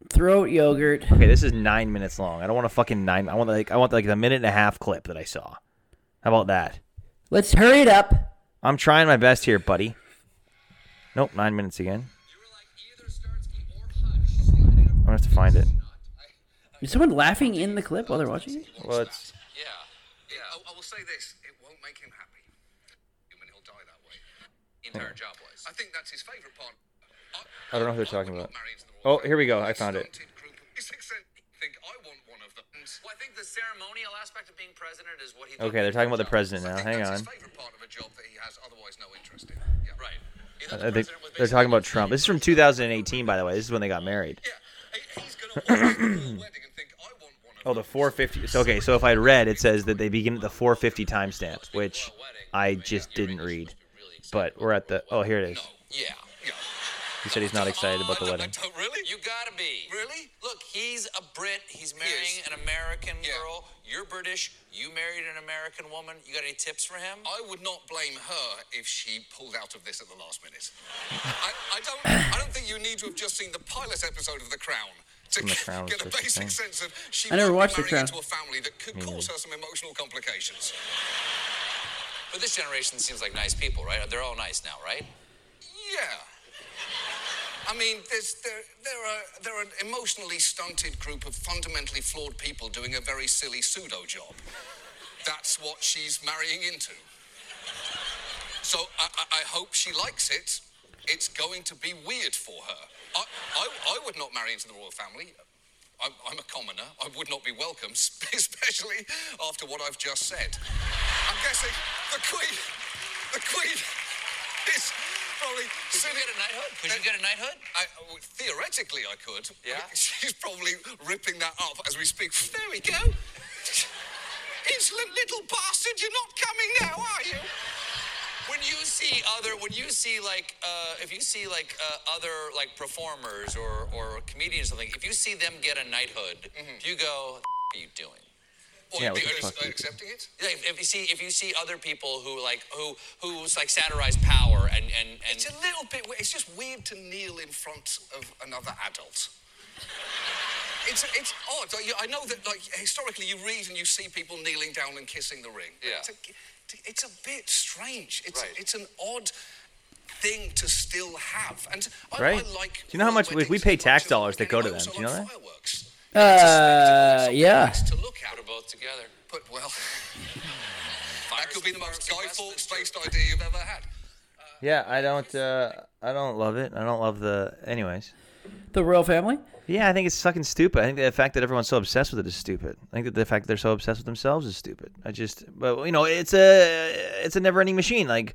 throat yogurt.
Okay, this is nine minutes long. I don't want a fucking nine. I want like I want like the minute and a half clip that I saw. How about that?
Let's hurry it up.
I'm trying my best here, buddy. Nope, nine minutes again.
You were like either Starsky or Hutch sliding
I'm
up.
gonna have to find it.
Is someone laughing in the clip while they're watching it?
Well, it's
Yeah. Yeah. I, I will say this: it won't make him happy. Human, he'll die that way. Entire job wise. I think that's his favourite part.
I don't know who they're talking
would
about.
not marry into the royal
Oh,
family.
here we go. I found it.
Stunted group of- It's exciting. I think I want one of them.
Well, I think the ceremonial aspect of being president is what he.
Okay, they're talking about the president now.
I think
Hang
that's
on.
his favourite part of a job that he has otherwise no interest in. Yeah. Right. Either
Uh, They,
the president would be
they're talking about
somebody-
Trump. This is from 2018, by the way. This is when they got married.
Yeah. He- He's gonna watch the whole wedding and think I want one of
Oh,
them.
the 450. So, okay, so if I read, it says that they begin at the 450 timestamp, which I just didn't read. But we're at the. Oh, here it is.
Yeah. Oh,
Yeah.
He said he's not excited about the
I- I- I
wedding.
don't- really?
You gotta be.
Really?
Look, he's a Brit. He's marrying an American
Yeah.
girl. You're British. You married an American woman. You got any tips for him?
I would not blame her if she pulled out of this at the last minute. I, I don't. I don't think you need to have just seen the pilot episode of The Crown to
The
get-
Crown was
get a
just a
basic
thing.
sense of she
I never
might
watched
be
The
marrying
Crown.
into a family that could cause her some emotional complications.
But Oh, this generation seems like nice people, right? They're all nice now, right?
Yeah. I mean, there's, there, there are, they're an emotionally stunted group of fundamentally flawed people doing a very silly pseudo job. That's what she's marrying into. So I, I, I hope she likes it. It's going to be weird for her. I, I, I would not marry into the royal family. I'm, I'm a commoner. I would not be welcome, especially after what I've just said. I'm guessing the Queen, the Queen is probably
Could you
sitting
get a knighthood? Could you get a knighthood?
I, well, theoretically, I could.
Yeah?
She's probably ripping that up as we speak. There we go. Insolent little bastard, you're not coming now, are you?
When you see other, when you see like, uh, if you see like uh, other like performers or or comedians or something, if you see them get a knighthood, do you go, "What are you doing?
Or
Yeah, what
be-
the
uh,
fuck
uh,
you-
accepting it?
Yeah, if, if you see if you see other people who like who who's like satirize power and and and
It's a little bit. we- It's just weird to kneel in front of another adult. It's it's odd. Like, you- I know that like historically, you read and you see people kneeling down and kissing the ring. but
Yeah.
It's a, it's a bit strange. It's
Right.
it's an odd thing to still have. And I,
Right.
I like.
Do you know how
royal
much- we- we
weddings
pay
as much
tax
as-
dollars that
and
go to
I
them.
also
Do you know
like
that?
Fireworks.
Uh, yeah.
To look at,
put them both together.
but well, that
Fires
could be the
and
most Guy
fireworks and
Fawkes
Westminster.
based idea you've ever had.
Yeah, I don't. Uh, I don't love it. I don't love the. Anyways,
The royal family.
Yeah, I think it's fucking stupid. I think the fact that everyone's so obsessed with it is stupid. I think that the fact that they're so obsessed with themselves is stupid. I just, but you know, it's a it's a never ending machine. Like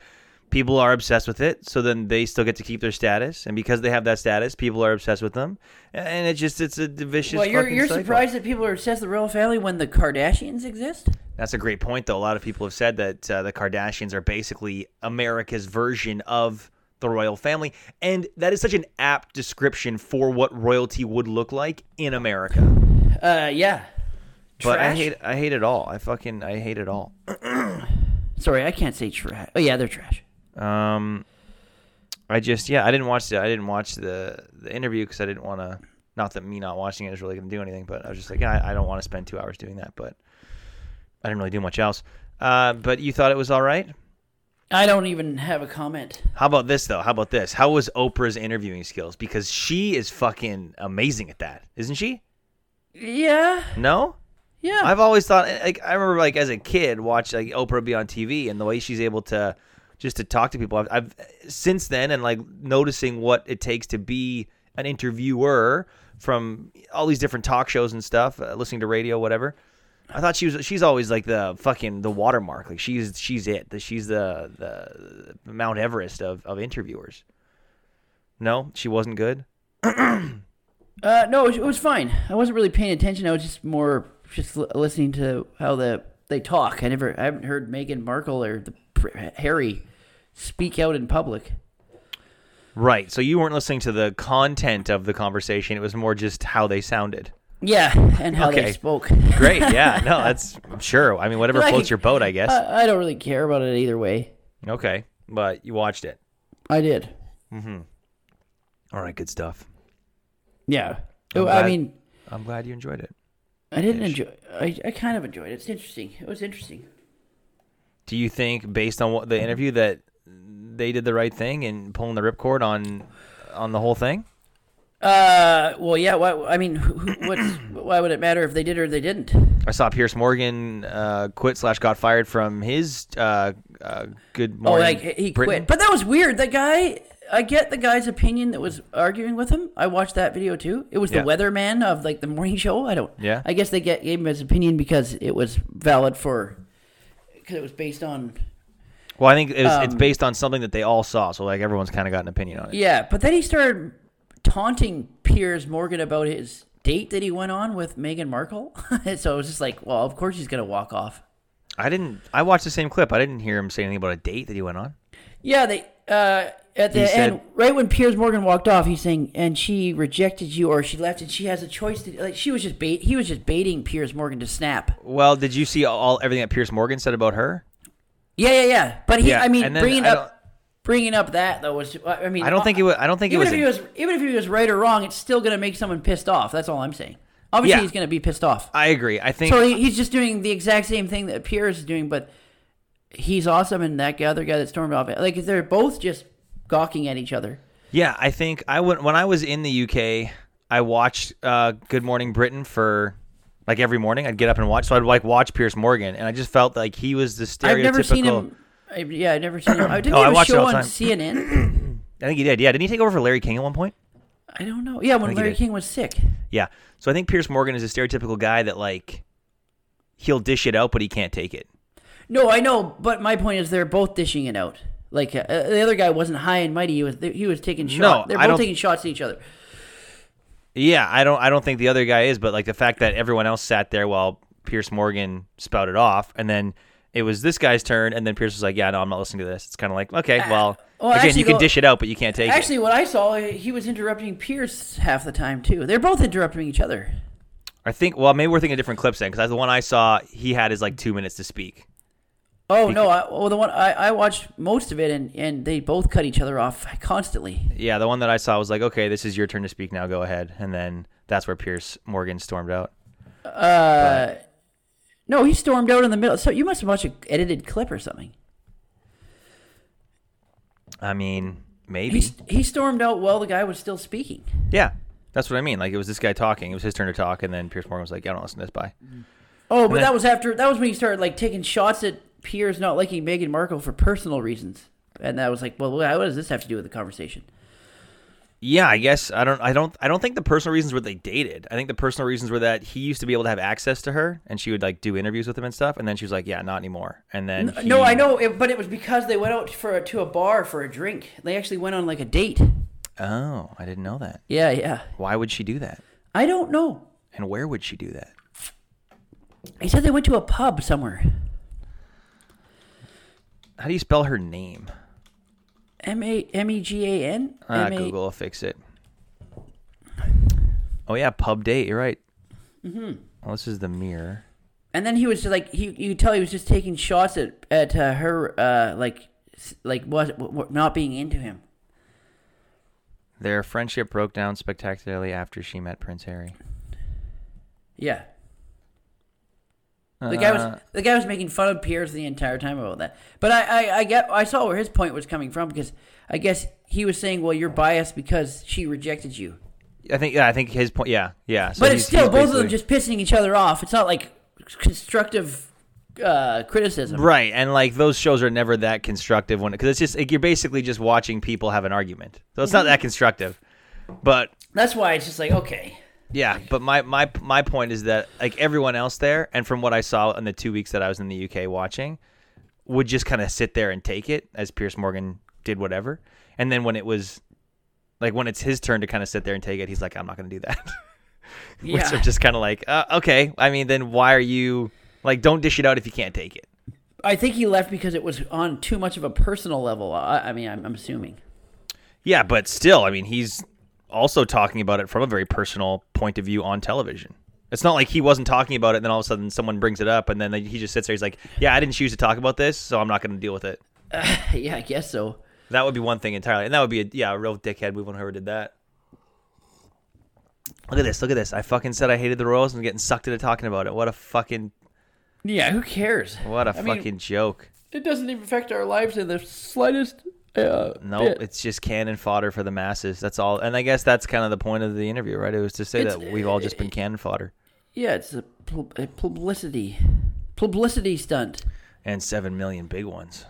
people are obsessed with it, so then they still get to keep their status, and because they have that status, people are obsessed with them, and it just it's a vicious.
Well, you're
fucking
you're
cycle.
surprised that people are obsessed with the royal family when the Kardashians exist.
That's a great point, though. A lot of people have said that uh, the Kardashians are basically America's version of the royal family, and that is such an apt description for what royalty would look like in America.
Uh, yeah.
But I
Trash?
hate, I hate it all. I fucking, I hate it all.
Sorry, I can't say trash. Oh yeah, they're trash.
Um, I just, yeah, I didn't watch the, I didn't watch the the interview because I didn't want to. Not that me not watching it is really going to do anything, but I was just like, yeah, I, I don't want to spend two hours doing that. But I didn't really do much else. Uh, but you thought it was all right.
I don't even have a comment.
How about this though? How about this? How was Oprah's interviewing skills? Because she is fucking amazing at that, isn't she?
Yeah,
No,
yeah.
I've always thought. eh, Like I remember, like as a kid, watch like Oprah be on TV, and the way she's able to just to talk to people. I've, I've since then, and like noticing what it takes to be an interviewer from all these different talk shows and stuff, uh, listening to radio, whatever. I thought she was. She's always like the fucking the watermark. Like she's she's it. The- She's the the Mount Everest of of interviewers. No, she wasn't good.
Uh, no, it was fine. I wasn't really paying attention. I was just more just l- listening to how the they talk. I never, I haven't heard Meghan Markle or the pr- Harry speak out in public.
Right. So you weren't listening to the content of the conversation. It was more just how they sounded.
Yeah, and how they
Okay.
spoke.
Great. Yeah. No, that's sure. I mean, whatever
Like, uh,
floats your boat, I guess.
I, I don't really care about it either way.
okay. But you watched it.
I did.
All right. Good stuff.
Yeah.
I'm
Oh, I
glad-
mean,
I'm glad you enjoyed it.
I didn't enjoy. I, I kind of enjoyed it. It's interesting. It was interesting.
Do you think, based on what the interview, that they did the right thing in pulling the ripcord on on the whole thing?
Uh, well, yeah. Why, I mean, who, who, what's, why would it matter if they did or they didn't?
I saw Pierce Morgan uh, quit slash got fired from his uh, uh, Good
Oh,
Morning.
like he he
Britain.
quit. But that was weird. The guy, I get the guy's opinion that was arguing with him. I watched that video too. It was
Yeah.
the weatherman of like the morning show. I don't.
Yeah.
I guess they get gave him his opinion because it was valid for, because it was based on.
Well, I think it was, it's based on something that they all saw, so like everyone's kind of got an opinion on it.
um, Yeah, but then he started taunting Piers Morgan about his date that he went on with Meghan Markle. so it was just like, well, of course he's gonna walk off.
I didn't. I watched the same clip. I didn't hear him say anything about a date that he went on.
Yeah, they uh, at the
He
end,
said-
right when Piers Morgan walked off, he's saying, "And she rejected you, or she left, and she has a choice to like." She was just bait. He was just baiting Piers Morgan to snap.
Well, did you see all everything that Pierce Morgan said about her?
Yeah, yeah, yeah. But he,
Yeah,
I mean,
and then
bringing
I don't-
up. Bringing up that though was, I mean,
I don't think it was. I don't think it
even
was.
if he
a-
was, even if he was right or wrong, it's still going to make someone pissed off. That's all I'm saying. Obviously,
Yeah.
he's going to be pissed off.
I agree. I think.
So he, he's just doing the exact same thing that Pierce is doing, but he's awesome, and that guy, other guy that stormed off, like they're both just gawking at each other.
yeah, I think I went when I was in the UK. I watched uh, Good Morning Britain for like every morning. I'd get up and watch. So I'd like watch Pierce Morgan, and I just felt like he was the stereotypical.
I've never seen him. I, yeah, I've never seen him. I didn't
Oh, I
have a
watch it
show
all the
on
time.
CNN.
I think he did. Yeah, didn't he take over for Larry King at one point?
I don't know. Yeah, when
think he
Larry
did.
King was sick.
Yeah. So I think Pierce Morgan is a stereotypical guy that like he'll dish it out, but he can't take it.
No, I know, but my point is they're both dishing it out. Like uh, the other guy wasn't high and mighty. He was he was taking shots. they're
I
both
don't-
taking shots at each other.
Yeah, I don't I don't think the other guy is, but like the fact that everyone else sat there while Pierce Morgan spouted off and then it was this guy's turn and then Pierce was like, "Yeah, no, I'm not listening to this." It's kind of like, "Okay, well,
Uh, well,
again,
actually,
you can
though-
dish it out, but you can't take
Actually, what I saw, he was interrupting Pierce half the time too. They're both interrupting each other.
it." I think well, maybe we're thinking of different clips then cuz the one I saw, he had his like 2 minutes to speak.
Oh no! I, well, the one I, I watched most of it, and, and they both cut each other off constantly.
Yeah, the one that I saw was like, "Okay, this is your turn to speak now. Go ahead." And then that's where Pierce Morgan stormed out.
No, he stormed out in the middle. So you must have watched an edited clip or something.
I mean, maybe.
He, st- he stormed out while the guy was still speaking.
yeah. That's what I mean. Like it was this guy talking. It was his turn to talk and then Pierce Morgan was like, "Yeah, I don't listen to this bye."
Oh, but
then-
that was after. That was when he started like taking shots at Piers not liking Meghan Markle for personal reasons, and that was like, well, what does this have to do with the conversation?
Yeah, I guess I don't. I don't. I don't think the personal reasons were they dated. I think the personal reasons were that he used to be able to have access to her, and she would like do interviews with him and stuff. And then she was like, "Yeah, not anymore." And then
No,
he-
I know, it, but it was because they went out for a, to a bar for a drink. They actually went on like a date.
Oh, I didn't know that.
Yeah, yeah.
Why would she do that?
I don't know.
And where would she do that?
He said they went to a pub somewhere.
How do you spell her name?
M A M E G A N.
Ah,
M A-
Google will fix it. Oh yeah, pub date. You're right. Mm-hmm. Well, this is the mirror.
And then he was just like he you could tell he was just taking shots at at uh, her uh like s- like was w- w- not being into him.
Their friendship broke down spectacularly after she met Prince Harry.
Yeah. The guy
Uh.
was the guy was making fun of Pierce the entire time about that. But I, I, I get I saw where his point was coming from because I guess he was saying, well, you're biased because she rejected you.
I think. Yeah, I think his point. Yeah, yeah. So
But
he's-
it's still
he's
both of them
basically-
just pissing each other off. It's not like constructive uh, criticism.
Right, and like those shows are never that constructive when because it's just like, you're basically just watching people have an argument, so it's not that constructive. But
That's why it's just like okay,
yeah, but my my my point is that like everyone else there, and from what I saw in the two weeks that I was in the UK watching, would just kind of sit there and take it as Pierce Morgan did whatever, and then when it was like when it's his turn to kind of sit there and take it, he's like, I'm not going to do that. Which
yeah.
are just kind of like, uh, okay, I mean, then why are you like don't dish it out if you can't take it?
I think he left because it was on too much of a personal level. I, I mean, I'm, I'm assuming.
Yeah, but still, I mean, he's also talking about it from a very personal point of view on television. It's not like he wasn't talking about it, and then all of a sudden someone brings it up, and then he just sits there. He's like, "Yeah, I didn't choose to talk about this, so I'm not going to deal with it."
yeah, I guess so.
That would be one thing entirely, and that would be a, yeah, a real dickhead move on whoever did that. Look at this! Look at this! I fucking said I hated the Royals, and I'm getting sucked into talking about it. What a fucking
Yeah, who cares?
what a
I mean-
fucking joke!
It doesn't even affect our lives in the slightest. Uh,
No,
bit.
it's just cannon fodder for the masses. That's all, and I guess that's kind of the point of the interview, right? It was to say
It's-
that we've all just been cannon fodder.
yeah, it's a, pl- a publicity publicity stunt.
and seven million big ones.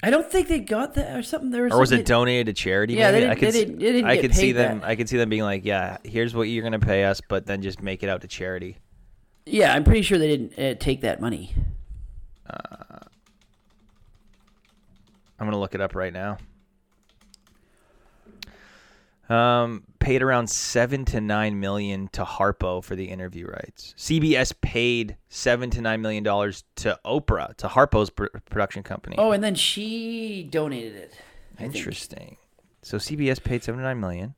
I don't think they got that or something. There was
Or was
something-
it donated to charity?
Yeah, they
maybe?
didn't- they
s-
didn't- they didn't
I
get
could see
paid
them.
that.
I could see them being like, "Yeah, here's what you're gonna pay us, but then just make it out to charity."
Yeah, I'm pretty sure they didn't uh, take that money.
I'm gonna look it up right now. Um, paid around seven to nine million to Harpo for the interview rights. CBS paid seven to nine million dollars to Oprah to Harpo's pr- production company.
Oh, and then she donated it. I think.
interesting. So CBS paid seven to nine million.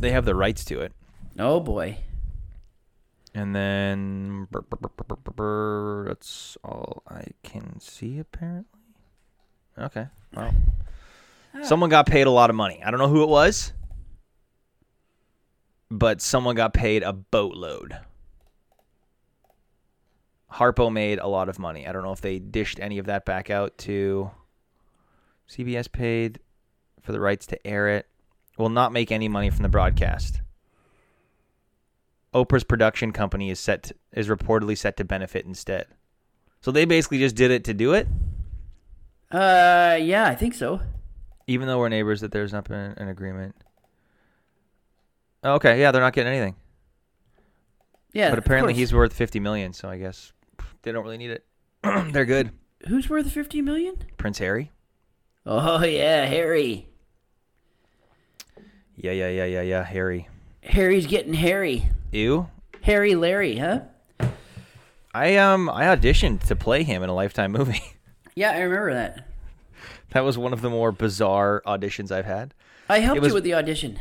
They have the rights to it.
Oh boy.
And then brr, brr, brr, brr, brr, brr, brr, that's all I can see apparently. Okay. Wow. Someone got paid a lot of money. I don't know who it was, but someone got paid a boatload. Harpo made a lot of money. I don't know if they dished any of that back out to CBS paid for the rights to air it. Will not make any money from the broadcast. Oprah's production company is set to, is reportedly set to benefit instead. So they basically just did it to do it,
Uh, yeah, I think so.
even though we're neighbors. That there's not been an agreement. Okay, yeah, they're not getting anything,
Yeah,
but
of
apparently
course.
he's worth fifty million. So I guess they don't really need it. they're good.
who's worth fifty million?
Prince Harry.
Oh yeah, Harry.
Yeah, yeah, yeah, yeah, yeah. Harry.
Harry's getting hairy.
Ew.
Harry Larry, huh?
I um I auditioned to play him in a Lifetime movie.
Yeah, I remember that.
that was one of the more bizarre auditions I've had.
I helped
It was-
you with the audition.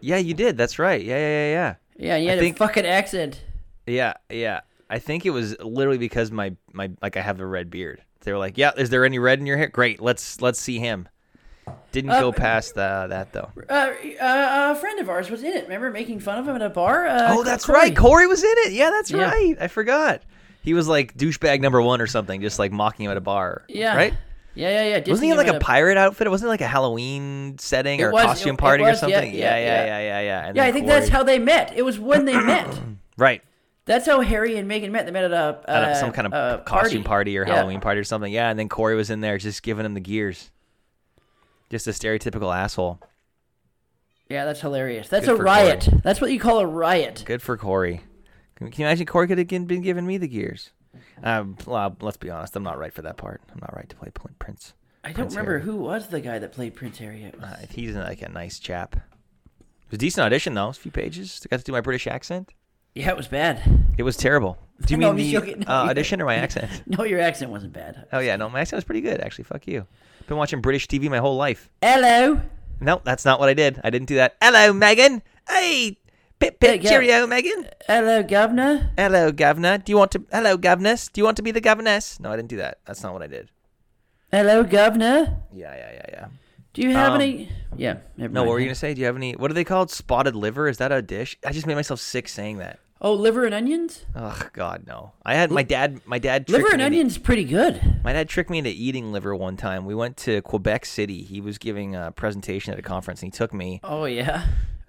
Yeah, you did. That's right. Yeah, yeah, yeah, yeah.
Yeah, and you
I
had
think-
a fucking accent.
Yeah, yeah. I think it was literally because my my like I have a red beard. They were like, "Yeah, is there any red in your hair? Great, let's let's see him." Didn't go past uh, that though.
Uh, uh, a friend of ours was in it. Remember making fun of him at a bar? Uh,
Oh, that's
Corey.
right. Corey was in it. Yeah, that's
Yeah.
right. I forgot. He was like douchebag number one or something, just like mocking him at a bar.
Yeah.
Right?
Yeah, yeah, yeah. dissing
Wasn't he in
him
like
at
a pirate outfit? Wasn't it like a Halloween setting
It
or
was-
costume
it- it
party or
was, yeah,
something? Yeah,
yeah,
yeah, yeah, yeah,
yeah.
yeah. And
Yeah,
then
I think
Corey-
that's how they met. It was when they met.
Right.
That's how Harry and Meghan met. They met at a uh,
At a- some kind of
uh,
costume party, or
Yeah.
Halloween party or something. Yeah, and then Corey was in there just giving him the gears. Just a stereotypical asshole.
Yeah, that's hilarious. That's
Good
a
for
riot. That's what you call a riot.
Good for Corey. Can can you imagine Corey could have gin- been giving me the gears? Um, well, let's be honest. I'm not right for that part. I'm not right to play Pl- Prince.
I don't
Prince
remember
Harry.
who was the guy that played Prince Harry. It was-
Uh, he's like a nice chap. It was a decent audition though. It was a few pages. I got to do my British accent.
yeah, it was bad.
It was terrible. Do you
No,
mean
I'm
the
joking. No,
uh,
you-
audition or my accent?
No, your accent wasn't bad.
Oh yeah, no, my accent was pretty good actually. Fuck you. Been watching British TV my whole life.
Hello.
No, that's not what I did. I didn't do that. Hello, Megan. Hey, pip pip
Yeah, yeah.
cheerio, Megan.
Hello, governor.
Hello, governor. Do you want to? Hello, governess. Do you want to be the governess? No, I didn't do that. That's not what I did.
Hello, governor.
Yeah, yeah, yeah, yeah.
Do you have
Um,
any? Yeah. Never
No,
mind.
what were you gonna say? Do you have any? What are they called? Spotted liver? Is that a dish? I just made myself sick saying that.
Oh, liver and onions.
Oh God, no. I had my dad. My dad. Tricked
Liver and
me into-
onions, pretty good.
My dad tricked me into eating liver one time. We went to Quebec City. He was giving a presentation at a conference, and he took me.
Oh yeah.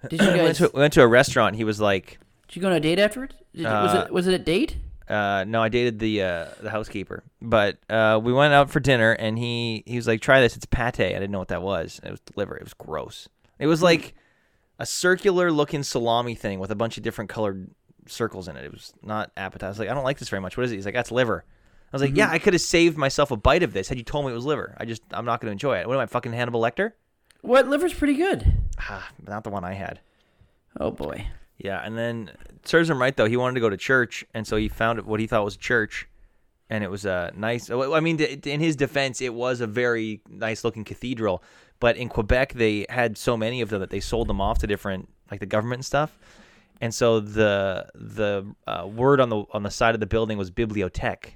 Did you
We went
guys?
to,
Did
we went to a restaurant. He was like,
you go on a date afterwards? Did, was it was it a date?
uh, "No, I dated the uh, the housekeeper." But uh, we went out for dinner, and he he was like, "Try this. It's pate." I didn't know what that was. It was liver. It was gross. It was like a circular looking salami thing with a bunch of different colored circles in it. It was not appetizing. I was like, "I don't like this very much." What is it? He's like, "That's liver." I was like, "Yeah, I could have saved myself a bite of this had you told me it was liver. I just I'm not going to enjoy it. What am I fucking Hannibal Lecter?"
What liver's pretty good.
Ah, not the one I had.
Oh boy.
Yeah, and then serves him right though. He wanted to go to church, and so he found what he thought was a church, and it was a nice. I mean, to- to- in his defense, it was a very nice looking cathedral. But in Quebec, they had so many of them that they sold them off to different, like the government and stuff. And so the the uh, word on the on the side of the building was bibliothèque,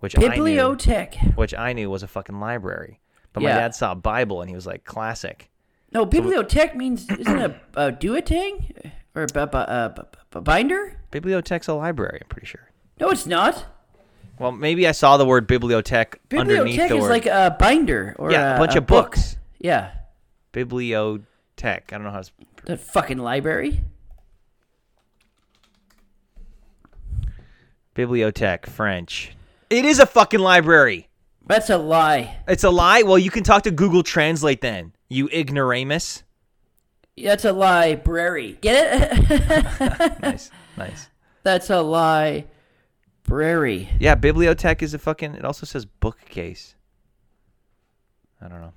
which I knew,
Bibliotech.
which I knew was a fucking library. But my
Yeah.
dad saw a Bible and he was like, "Classic."
No, bibliotech means isn't it a, a duotang or a, bu- bu- uh, bu- bu- bu- binder?
Bibliothèque's a library, I'm pretty sure.
No, it's not.
Well, maybe I saw the word bibliothèque underneath
Bibliotech
the
is
word.
like a binder or
yeah, a bunch of
book.
books.
Yeah,
Bibliotech. I don't know how. It's,
that fucking library.
bibliotech French. It is a fucking library.
That's a lie.
It's a lie. Well, you can talk to Google Translate then. You ignoramus.
That's a library. Get it?
Nice, nice.
That's a library.
Yeah, bibliotech is a fucking. It also says bookcase. I don't know.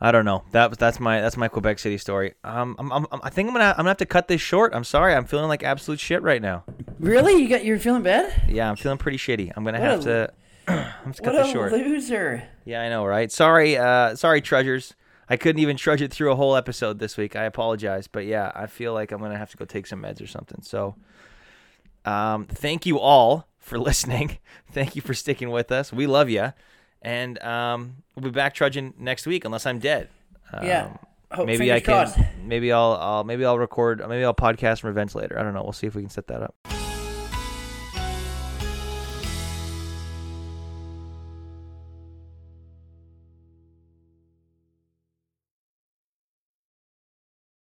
I don't know. That was that's my that's my Quebec City story. Um, I'm, I'm, I'm- I think I'm gonna I'm gonna have to cut this short. I'm sorry. I'm feeling like absolute shit right now.
Really? You got? You're feeling bad?
Yeah, I'm feeling pretty shitty. I'm gonna
What
have
a-
to. I'm just cut
What
this
a
short.
loser!
Yeah, I know, right? Sorry, uh, sorry, treasures. I couldn't even trudge it through a whole episode this week. I apologize, but yeah, I feel like I'm gonna have to go take some meds or something. So, um, thank you all for listening. thank you for sticking with us. We love you, and um, we'll be back trudging next week unless I'm dead. Um,
Yeah. Hope-
maybe
Oh, fingers
I can.
crossed.
Maybe I'll, I'll. Maybe I'll record. Maybe I'll podcast some events later. I don't know. We'll see if we can set that up.